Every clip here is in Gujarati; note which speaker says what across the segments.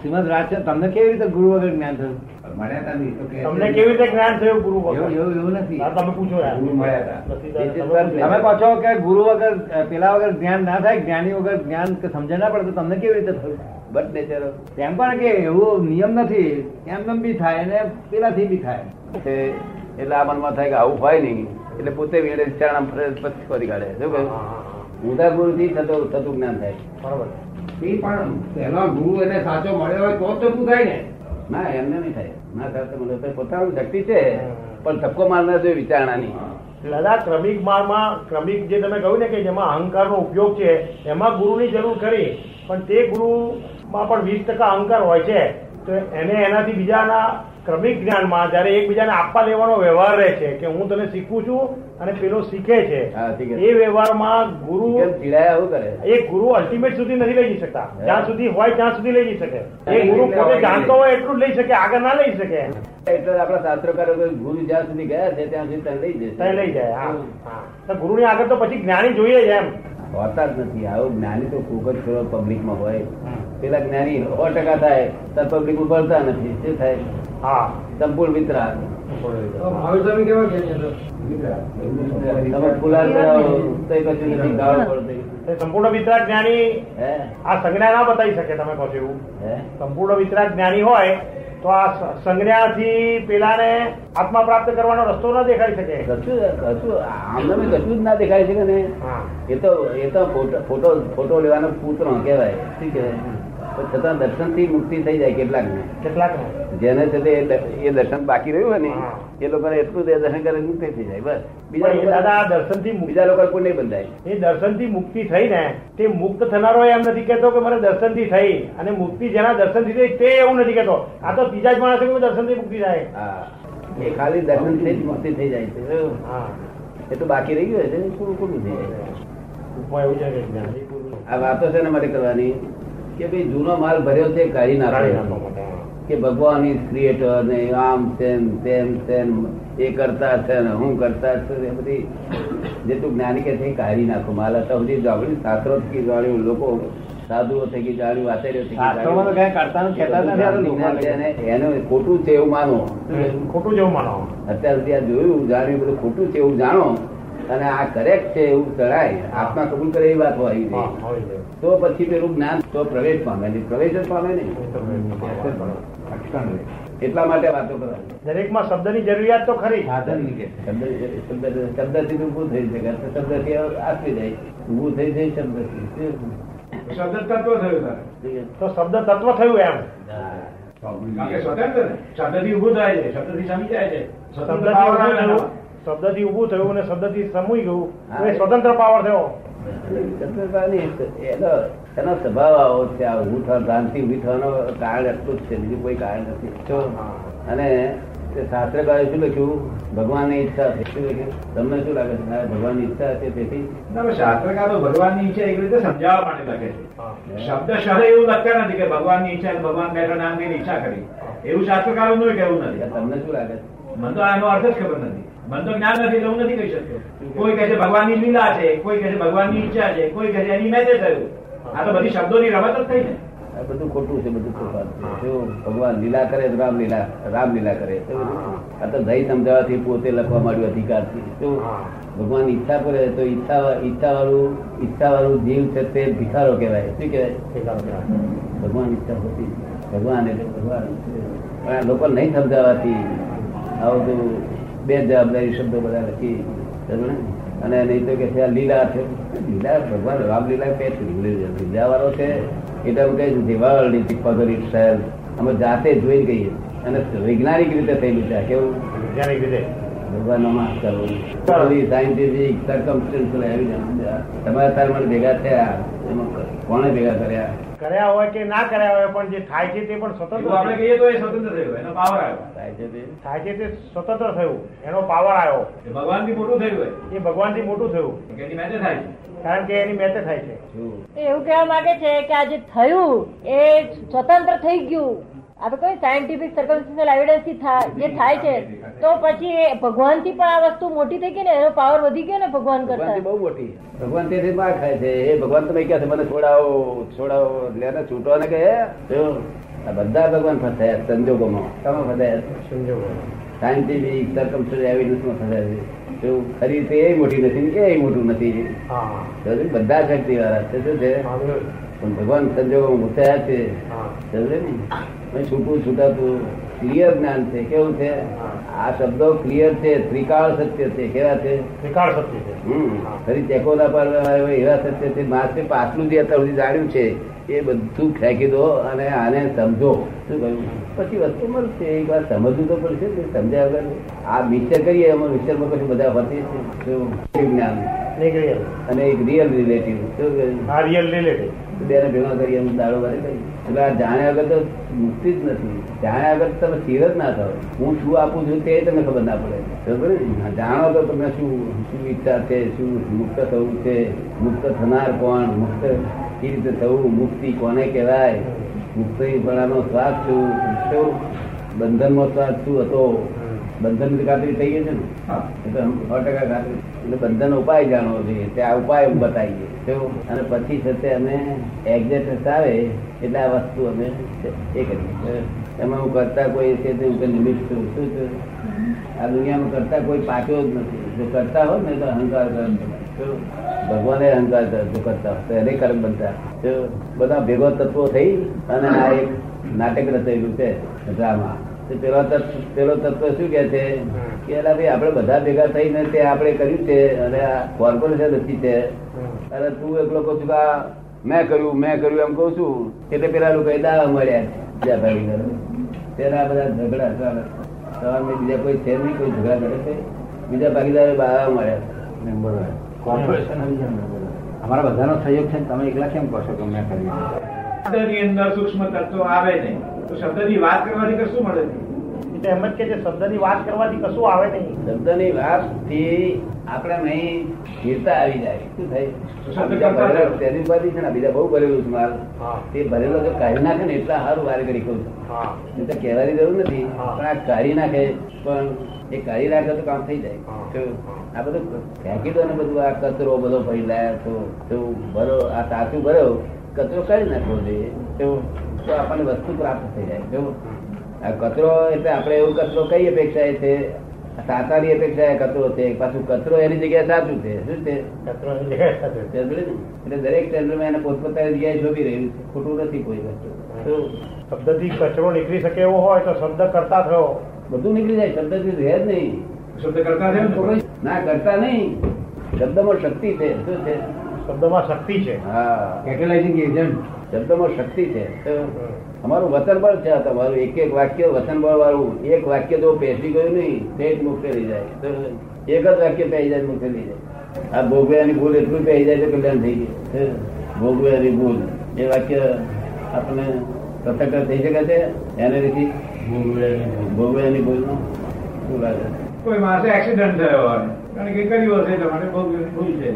Speaker 1: શ્રીમદ રાજચંદ્ર તમને કેવી રીતે ગુરુ વગર જ્ઞાન થયું
Speaker 2: મળ્યા નથી તો કે
Speaker 3: તમને કેવી રીતે જ્ઞાન થયું ગુરુ
Speaker 1: એવું
Speaker 3: વગર?
Speaker 1: એવું એવું નથી
Speaker 3: આ તમે પૂછો યાર.
Speaker 2: ગુરુ મળ્યા હતા.
Speaker 3: નથી
Speaker 1: એ જે
Speaker 3: તમે
Speaker 1: સર,
Speaker 3: પૂછો.
Speaker 1: તમે કહો છો કે ગુરુ વગર અ, પેલા વગર જ્ઞાન ના થાય જ્ઞાની વગર જ્ઞાન કે સમજણ ના પડે તો તમને કેવી રીતે થયું
Speaker 2: બસ બેચારો
Speaker 1: તેમ પણ કે એવો નિયમ નથી એમ નેમ બી થાય અને પેલાથી બી થાય
Speaker 2: છે એટલે આ મનમાં થાય કે આવું હોય નહીં એટલે પોતે વેડે ચારણામ ફરે પછી ફરી કાઢે શું કહ્યું ઊંધા ગુરુથી થતું થતું જ્ઞાન થાય
Speaker 3: બરાબર.
Speaker 4: એ પણ પહેલો ગુરુ એને સાચો મળ્યો હોય તો જ ચોખ્ખું થાય ને
Speaker 2: ના એમને નહીં થાય ના થાય તો મને તો પોતાનું શક્તિ છે પણ ધક્કો મારનાર જોઈએ વિચારણાની
Speaker 3: દાદા ક્રમિક માળમાં ક્રમિક જે તમે કહ્યું ને કે જેમાં અહંકારનો ઉપયોગ છે એમાં ગુરુની જરૂર ખરી પણ તે ગુરુમાં પણ વીસ ટકા અહંકાર હોય છે તો એને એનાથી બીજાના ક્રમિક જ્ઞાનમાં જ્યારે એકબીજાને આપવા લેવાનો વ્યવહાર રહે છે કે હું તને શીખું છું અને પેલો શીખે છે
Speaker 2: હા, શીખે છે.
Speaker 3: એ વ્યવહારમાં ગુરુ
Speaker 2: કેમ ચીડાયા આવું કરે
Speaker 3: એ ગુરુ અલ્ટિમેટ સુધી નથી લઈ જઈ શકતા
Speaker 2: હે.
Speaker 3: જ્યાં સુધી હોય ત્યાં સુધી લઈ જઈ શકે એ
Speaker 2: એટલે
Speaker 3: ગુરુ
Speaker 2: એટલે
Speaker 3: પોતે
Speaker 2: હોય
Speaker 3: જાણતો
Speaker 2: નહીં.
Speaker 3: હોય એટલું જ લઈ શકે આગળ ના લઈ શકે
Speaker 2: એટલે આપણા શાસ્ત્રકારો કોઈ ગુરુ જ્યાં સુધી ગયા છે ત્યાં સુધી તને લઈ જશે
Speaker 3: તો એ લઈ જાય હા હા. તો ગુરુ ની આગળ તો પછી જ્ઞાની જોઈએ જ એમ
Speaker 2: હોતા જ નથી આવું જ્ઞાની તો કોક જ થોડો પબ્લિકમાં હોય પેલા જ્ઞાની સો ટકા થાય તો પબ્લિક ઉભરતા નથી શું થાય
Speaker 3: હા
Speaker 2: સંપૂર્ણ વિતરા
Speaker 4: ભાવિસ્વામી કેવા કે
Speaker 2: તમે ફુલાર કરાવો તો કશું નથી ગાળો પડતી
Speaker 3: તો સંપૂર્ણ વિતરાગ જ્ઞાની
Speaker 2: હે
Speaker 3: આ સંજ્ઞા ના બતાવી શકે તમે કહો છો એવું
Speaker 2: હે
Speaker 3: સંપૂર્ણ વિતરાગ જ્ઞાની હોય તો આ સ- સંજ્ઞાથી પેલાને આત્મા પ્રાપ્ત કરવાનો રસ્તો ના દેખાડી શકે
Speaker 2: કશું કશું આમને બી કશું જ ના દેખાય છે કે ને
Speaker 3: હા
Speaker 2: એ તો એ તો ફોટો ફોટો ફોટો લેવાનો પુત્ર કહેવાય શું કહેવાય પણ છતાં દર્શનથી મુક્તિ થઈ જાય કેટલાકને
Speaker 3: કેટલાક
Speaker 2: જેને છે તે એ દ- એ દર્શન બાકી રહ્યું હોય ને
Speaker 3: હા.
Speaker 2: એ લોકોને એટલું જ એ દર્શન કરે મુક્તિ થઈ જાય બસ બીજા
Speaker 3: દાદા
Speaker 2: લોકો-
Speaker 3: દર્શન થી મુક્તિ
Speaker 2: બીજા લોકો કોઈ નહીં બંધાય
Speaker 3: એ દર્શનથી મુક્તિ થઈ ને તે મુક્ત થનારો એમ નથી કહેતો કે મને દર્શનથી થઈ અને મુક્તિ જેના દર્શનથી થઈ તે એવું નથી કહેતો આ તો બીજા જ માણસ છે કે મને દર્શનથી મુક્તિ થાય
Speaker 2: હા એ ખાલી દર્શનથી જ મુક્તિ થઈ જાય છે બરાબર?
Speaker 3: હા
Speaker 2: એ તો બાકી રહી ગયું છે ને થોડું ખોટું થઈ જાય
Speaker 3: ઉપમાં એવું છે કે જ્ઞાની પુરુષ
Speaker 2: આ વાતો છે ને માટે કરવાની કે ભાઈ જૂનો માલ ભર્યો છે એ
Speaker 3: કાઢી
Speaker 2: કાઢી નાખો
Speaker 3: નાખવા માટે.
Speaker 2: કે ભગવાન ઇઝ ક્રિએટર ને આમ તેમ તેમ તેમ એ કરતા છે ને હું કરતા છું એ બધી જેટલું જ્ઞાની કે છે એ કાઢી નાખો માલ હતા બધી જાગણી શાસ્ત્રો થકી જાણ્યું લોકો સાધુઓ થકી જાણ્યું આચાર્યો થકી
Speaker 1: શાસ્ત્રોમાં તો
Speaker 2: જાણ્યું.
Speaker 1: કઈ કરતા નથી, કહેતા નથી, આ તો
Speaker 2: જ્ઞાન
Speaker 1: લોકોને
Speaker 2: છે ને એનું ખોટું છે એવું માનો
Speaker 3: હમ. ખોટું જેવું માનો
Speaker 2: અત્યાર સુધી આ જોયું જાણ્યું બધું ખોટું છે એવું જાણો અને આ કરેક્ટ છે એવું જણાય આત્મા કબૂલ કરે એ વાત હોય
Speaker 3: હા, હોય છે.
Speaker 2: તો પછી પેલું જ્ઞાન તો પ્રવેશ પામે નહીં પ્રવેશ જ પામે નહીં
Speaker 3: એ તો બરાબર.
Speaker 2: એટલા માટે વાતો કરવાની
Speaker 3: દરેકમાં શબ્દની જરૂરિયાત તો ખરી
Speaker 1: સાધન નીકળે
Speaker 2: શબ્દ- શબ્દ- શબ્દથી તો ઊભું થઈ શકે અથવા શબ્દથી આપી જાય ઊભું થઈ જાય શબ્દથી
Speaker 4: શબ્દ તત્વ થયું તારે
Speaker 3: તો શબ્દ તત્વ થયું એમ
Speaker 2: હા.
Speaker 4: કારણ કે સ્વતંત્ર ને શબ્દથી ઊભું થાય છે શબ્દથી સમી જાય છે સ્વતંત્ર
Speaker 3: શબ્દથી
Speaker 4: power આવે
Speaker 3: ઊભું થયું
Speaker 4: એનામાં.
Speaker 3: શબ્દથી ઊભું થયું અને શબ્દથી સમૂહ ગયું તો એ
Speaker 2: હા.
Speaker 3: સ્વતંત્ર પાવર થયો
Speaker 2: એટલે શબ્દતા નહીં, એનો એનો સ્વભાવ આવો છે આ ઊભું થવા ધ્યાનથી ઊભી થવાનું કારણ એટલું જ છે બીજું કોઈ કારણ નથી જો અને તે શાસ્ત્રકારે શું લખ્યું ભગવાનની ઈચ્છા છે શું લખ્યું તમને શું લાગે છે મારે ભગવાનની ઈચ્છા છે તેથી
Speaker 4: ના, પણ શાસ્ત્રકારો ભગવાનની ઈચ્છા એક રીતે સમજાવવા માટે લખે છે
Speaker 3: હા.
Speaker 4: શબ્દ શહ એવું લખતા નથી કે ભગવાનની ઈચ્છા અને ભગવાન બેઠા નામ ની ઈચ્છા કરી એવું શાસ્ત્રકારો નું કહેવું
Speaker 2: એટલે
Speaker 4: નથી
Speaker 2: તમને શું લાગે છે
Speaker 4: મને તો આનો અર્થ જ ખબર નથી મને તો જ્ઞાન નથી એટલે હું નથી કહી શકતો કોઈ કહે છે ભગવાનની લીલા છે કોઈ કહે છે ભગવાનની ઈચ્છા છે કોઈ કહે છે એની મેચે થયું આ તો બધી શબ્દોની રમત જ થઈ ને
Speaker 2: આ બધું ખોટું છે બધું ખોટું છે જો ભગવાન લીલા કરે તો રામ લીલા રામ લીલા કરે તો આ તો દહીં સમજાવવાથી પોતે લખવા માંડ્યું અધિકારથી તો ભગવાન ઈચ્છા કરે તો ઈચ્છા ઈચ્છા વાળું ઈચ્છા વાળું જીવ છે તે ભિખારો કહેવાય શું કહેવાય ભગવાન ઈચ્છા હોતી નથી. ભગવાન એટલે ભગવાન પણ આ લોકો નહીં સમજાવવાથી આવું બધું બે જવાબદારી શબ્દો બધા લખી સમજો ને? અને નહીં તો કે છે આ લીલા છે લીલા ભગવાન રામલીલા કે છે લીલા વાળો છે એટલે એવું કહે છે દિવાળી પગલ ઇટ અમે જાતે જોઈ ગઈએ અને વૈજ્ઞાનિક રીતે થયેલું છે આ કેવું
Speaker 3: વૈજ્ઞાનિક રીતે
Speaker 2: ભગવાનનો માફ કરવો બધી સાયન્ટિફિક સર્કમસ્ટન્સ તમારા તાર મને ભેગા થયા એમાં કોણે ભેગા કર્યા
Speaker 3: કર્યા હોય કે ના કર્યા હોય પણ જે થાય છે તે પણ
Speaker 4: એવું આપણે
Speaker 3: સ્વતંત્ર છે.
Speaker 4: કહીએ તો એ સ્વતંત્ર થયું એનો પાવર આવ્યો
Speaker 2: થાય છે તે?
Speaker 3: થાય છે તે સ્વતંત્ર થયું એનો પાવર આવ્યો
Speaker 4: એ ભગવાનથી મોટું થયું હોય
Speaker 3: એ ભગવાનથી મોટું થયું
Speaker 4: કે એની મેચે થાય છે
Speaker 3: કારણ કે એની મેતે થાય છે
Speaker 2: શું?
Speaker 5: એ એવું કહેવા માંગે છે કે આ જે થયું એ સ્વતંત્ર થઈ ગયું આપણે કોઈ સાયન્ટિફિક સર્કમસ્ટન્શિયલ એવિડન્સ થી થા- જે થાય છે તો પછી એ ભગવાનથી પણ આ વસ્તુ મોટી થઈ ગઈ ને એનો પાવર વધી ગયો ને ભગવાન
Speaker 2: ભગવાન
Speaker 5: કરતા
Speaker 2: બહુ મોટી ભગવાન તેથી માર ખાય છે એ ભગવાન તમે કહે છે મને છોડાવો છોડાવો એટલે એને છૂટો ને કહે આ બધા ભગવાન ફસાયા છે, સંજોગોમાં કામાં ફસાયા છે?
Speaker 3: સંજોગો
Speaker 2: સાયન્ટિફિક circumstantial evidenceમાં ફસાયા છે તો ખરી રીતે એ મોટી નથી ને એ મોટું નથી
Speaker 3: હા
Speaker 2: સમજ્યું? બધા શક્તિ વાળા છે શું છે
Speaker 3: આગળ.
Speaker 2: પણ ભગવાન સંજોગોમાં ઘૂસાયા છે
Speaker 3: હા
Speaker 2: સમજ્યું ને? પણ છૂટું છૂટાતું ક્લિયર જ્ઞાન છે કેવું છે આ શબ્દો ક્લિયર છે ત્રિકાળ સત્ય છે કેવા છે
Speaker 3: નિકાળ સત્ય છે
Speaker 2: હમ. ફરી ચેકો ના પાડવા આવ્યો એવા સત્ય છે માસે પાછલું જે અત્યાર સુધી જાણ્યું છે એ બધું ફેંકી દો અને આને સમજો શું કહ્યું પછી વસ્તુ મળશે એક વાર સમજવું તો પડશે ને સમજ્યા વગર આ મિક્સર કરીએ એમાં મિક્સરમાં કશું બધા વર્તી છે શું? જ્ઞાન
Speaker 3: નીકળી ગયું.
Speaker 2: અને એક રિયલ રિલેટિવ શું કહ્યું
Speaker 3: આ રિયલ રિલેટેડ
Speaker 2: બેને ભેગા કરી એમ દાડો વાળી કરી એટલે આ જાણ્યા વગર તો મુક્તિ જ નથી જાણ્યા વગર તો તમે સ્થિર જ ના થાવ હું શું આપું છું તે તમને ખબર ના પડે ખબર ને? જાણો તો તમને શું શું ઈચ્છા છે શું મુક્ત થવું છે મુક્ત થનાર કોણ મુક્ત કેવી રીતે થવું મુક્તિ કોને કહેવાય મુક્તિપણાનો સ્વાદ શું શું બંધનનો સ્વાદ શું હતો બંધન ખાતરી થઈ ગઈ છે ને એટલે સો ટકા ખાતરી એટલે બંધન ઉપાય જાણવો જોઈએ તે આ ઉપાય અમે બતાવીએ કેવો? અને પછી છે તે અમે એક્ઝેક્ટ આવે એટલે આ વસ્તુ અમે એ કરીએ એમાં હું કરતા કોઈ છે તે હું કે નિમિત્ત છું શું છું આ દુનિયામાં કરતા કોઈ પાક્યો જ નથી જો કરતા હોત ને તો અહંકાર કર્મ બને. કેવું? ભગવાને અહંકાર કર્મ જો કરતા હોત તો એને કર્મ બનતા જો બધા ભેગો તત્વો થઈ અને આ એક નાટક રચાયેલું છે ડ્રામા તો પેલો તત્વ પેલો તત્વ શું કે છે કે એલા ભાઈ આપણે બધા ભેગા થઈને તે આપણે કર્યું છે અને આ કોર્પોરેશન રચી છે અરે તું એકલો કહું છું કે આ મેં કર્યું મેં કર્યું એમ કહું છું એટલે પેલા લોકો દાવા મળ્યા બીજા ભાઈ ઘરે. તેના બધા ઝઘડા ચાલે સવારમાં બીજા કોઈ છે નહીં કોઈ ઝઘડા કરે છે બીજા ભાગીદારો બાવા મળ્યા
Speaker 1: અમારા બધાનો સહયોગ છે ને તમે એકલા કેમ કહો છો કે મેં કર્યું
Speaker 4: શબ્દની અંદર સૂક્ષ્મ તત્વો આવે નહીં તો શબ્દની વાત કરવાથી કશું મળે નહીં
Speaker 3: એ તો એમ જ કે છે શબ્દની વાત કરવાથી કશું આવે નહીં
Speaker 2: શબ્દની વાત થી આપણે નહીં સ્થિરતા આવી જાય શું થાય
Speaker 4: શબ્દ
Speaker 2: બીજા
Speaker 4: કરતા
Speaker 2: ભરેલા
Speaker 4: રહો.
Speaker 2: તેની ઉપાધિ છે ને બીજા બહુ ભરેલું છે માલ
Speaker 3: હા
Speaker 2: તે ભરેલો જો કાઢી નાખે ને એટલા સારું વાર કરી કહું છું
Speaker 3: હા
Speaker 2: એ તો કહેવાની જરૂર નથી
Speaker 3: હા.
Speaker 2: પણ આ કાઢી નાખે પણ એ કાઢી નાખે તો કામ થઈ જાય
Speaker 3: હા.
Speaker 2: તો આ બધું ફેંકી દો ને બધું આ કચરો બધો ફરી લાયા છો તો ભરો આ સાચું ભરો કચરો કાઢી નાખવો જોઈએ તો તો આપણને વસ્તુ પ્રાપ્ત થઈ જાય જો આ કચરો એટલે આપણે એવું કચરો કઈ અપેક્ષાએ છે સાતાની અપેક્ષાએ કચરો છે પાછું કચરો એની જગ્યાએ સાચું છે શું છે
Speaker 3: કચરો એ જગ્યાએ થશે.
Speaker 2: સમજે ને? એટલે દરેક ચંદ્રમાં એને પોતપોતાની જગ્યાએ શોભી રહ્યું છે ખોટું નથી કોઈ વસ્તુ તો
Speaker 3: શબ્દથી કચરો નીકળી શકે એવો હોય તો શબ્દ કરતા થયો
Speaker 2: બધું નીકળી જાય શબ્દ રહે જ નહીં
Speaker 4: શબ્દ કરતા થયો ને તો પછી
Speaker 2: ના કરતા નહીં શબ્દમાં શક્તિ છે શું છે
Speaker 3: શબ્દમાં શક્તિ છે
Speaker 2: હા
Speaker 1: કેટેલાઇઝિંગ એજન્ટ
Speaker 2: શબ્દમાં શક્તિ છે અમારું વતન બળ છે આ તમારું એક એક વાક્ય વતન બળ વાળું એક વાક્ય જો પેસી ગયું નહીં તે જ મુક્ત થઈ જાય તો એક જ વાક્ય પહેરી જાય મુક્ત થઈ જાય આ ભોગવ્યાની ભૂલ એટલું પહેરી જાય તો કલ્યાણ થઈ ગયું ભોગવ્યાની ભૂલ એ વાક્ય આપણે પ્રત્યક્ષ થઈ શકે છે એને લીધી ભોગવ્યાની ભૂલનું શું લાગે
Speaker 4: કોઈ માણસે એક્સિડન્ટ થયો હોય કારણ કે કર્યું હશે તમારે બહુ ભૂલ છે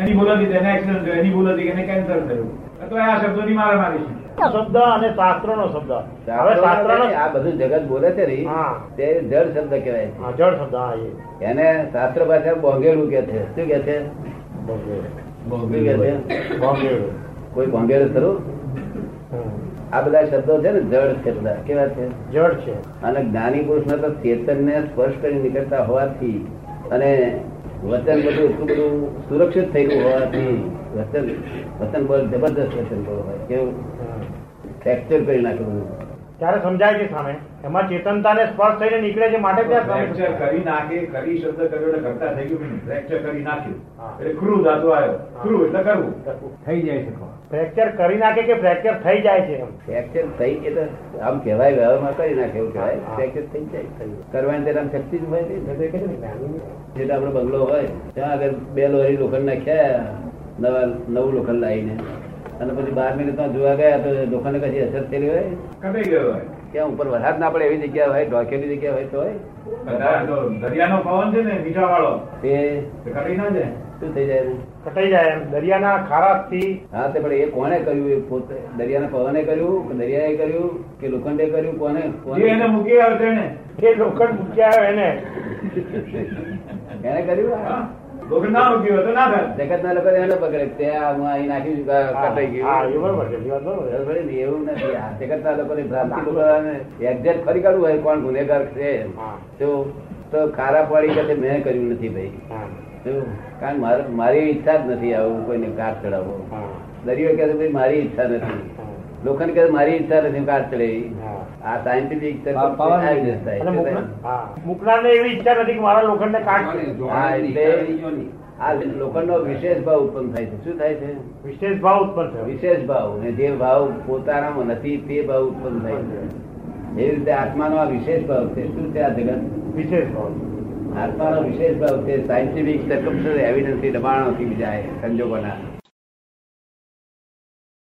Speaker 4: એની ભૂલ હતી તેને એક્સિડન્ટ થયો એની ભૂલ હતી કે એને કેન્સર થયું તો આ શબ્દોની મારામારી છે
Speaker 3: શબ્દ અને શાસ્ત્રનો શબ્દ હવે શાસ્ત્રનો
Speaker 2: આ બધું જગત બોલે છે ને
Speaker 3: હા.
Speaker 2: તે જળ શબ્દ કહેવાય
Speaker 3: હા, જળ શબ્દ હા એ
Speaker 2: છે એને શાસ્ત્ર ભાષા બોંગેડું કે છે શું કે છે શું કે છે
Speaker 3: બોમ્બે.
Speaker 2: કોઈ બોંગેડું ખરું
Speaker 3: હમ.
Speaker 2: આ બધા શબ્દો છે ને જળ છે બધા કેવા છે
Speaker 3: જળ છે
Speaker 2: અને જ્ઞાની પુરુષના તો ચેતનને સ્પર્શ કરી નીકળતા હોવાથી અને વચન બધું એટલું બધું સુરક્ષિત થયેલું હોવાથી વચન વચન બળ જબરદસ્ત વચન બળ હોય કેવું
Speaker 3: હમ.
Speaker 2: ફ્રેક્ચર કરી નાખેલું
Speaker 3: ત્યારે સમજાય છે સામે એમાં ચેતનતાને સ્પર્શ થઈને નીકળે છે માટે ત્યાં સામે
Speaker 4: ફ્રેક્ચર કરી નાખે કરી શબ્દ કર્યો એટલે કરતા થઈ ગયું નહીં. ફ્રેક્ચર કરી નાખ્યું
Speaker 3: હા.
Speaker 4: એટલે ક્રૂ ધાતુ આવ્યો ક્રૂ એટલે કરવું
Speaker 1: થઈ જાય છે કહો.
Speaker 3: ફ્રેક્ચર કરી નાખે કે ફ્રેક્ચર થઈ જાય છે એમ
Speaker 2: ફ્રેક્ચર થઈ કે તો આમ કહેવાય વ્યવહારમાં કરી નાખે એવું કહેવાય ફ્રેક્ચર થઈ જાય કરવાની તેના શક્તિ જ હોય નહીં નકર કેટલી જેટલો આપણો બંગલો હોય ત્યાં આગળ બે લોહી લોખંડ નાખ્યા નવા નવું લોખંડ લાવીને અને પછી બાર મિનિટ જોવા ગયા તો લોખંડ કશી અસર થયેલી હોય
Speaker 4: કપાઈ ગયો હોય
Speaker 2: ત્યાં ઉપર વરસાદ ના પડે એવી જગ્યા હોય ઢોકેલી જગ્યા હોય તો હોય
Speaker 4: બધા જો દરિયાનો પવન છે ને મીઠા વાળો
Speaker 2: તે
Speaker 4: તે કપાઈ ના જાય
Speaker 2: શું થઈ જાય ને?
Speaker 3: કટાઈ જાય એમ દરિયાના ખારાશથી
Speaker 2: હા તે પણ એ કોણે કર્યું એ પોતે દરિયાના પવને કર્યું કે દરિયાએ કર્યું કે લોખંડે કર્યું કોને કોને
Speaker 4: જે એને મૂકી આવ્યો તેને
Speaker 3: જે લોખંડ મૂક્યા આવે એને
Speaker 2: એને કર્યું આ?
Speaker 4: હા. ભોગ ના ભોગ્યું હોય તો ના થાય
Speaker 2: જગત ના લોકો એને પકડે તે આ હું અહીં નાખી દીધું, આ કટાઈ
Speaker 3: હા, એ
Speaker 2: ગયું
Speaker 3: બરોબર છે, એ વાત બરોબર છે.
Speaker 2: ખબર પડી ને? એવું નથી આ જગત ના લોકો ભ્રાંતિ લોકોને exact ખરી કાઢવું હોય કોણ ગુનેગાર છે
Speaker 3: હા.
Speaker 2: તો તો ખારા પાડી કે મેં કર્યું નથી ભાઈ
Speaker 3: હા,
Speaker 2: જો, કારણ મારે- મારી ઈચ્છા જ નથી આવું કોઈને કાચ ચડાવવો
Speaker 3: હા,
Speaker 2: દરિયો કહે છે ભાઈ મારી ઈચ્છા નથી
Speaker 3: હા,
Speaker 2: લોખંડ કહે છે, મારી ઈચ્છા નથી હું કાચ ચડાવી
Speaker 3: હા.
Speaker 2: આ સાયન્ટિફિક
Speaker 1: પા- પાવર આવી જાય.
Speaker 3: અને મુકના- હા. મુકનારને એવી ઈચ્છા નથી કે મારા લોખંડને કાઢ
Speaker 2: હા, એટલે આ લોખંડ નો વિશેષ ભાવ ઉત્પન્ન થાય છે શું થાય છે
Speaker 3: વિશેષ ભાવ ઉત્પન્ન થયો
Speaker 2: વિશેષ ભાવ ને જે ભાવ પોતાનામાં નથી તે ભાવ ઉત્પન્ન થાય છે એ રીતે આત્માનો આ વિશેષ ભાવ છે શું છે આ જગત
Speaker 3: વિશેષ ભાવ
Speaker 2: આત્માનો વિશેષ ભાવ છે સાયન્ટિફિક સર્કમસ્ટન્સ એવિડન્સથી દબાણોથી બીજા એ સંજોગોના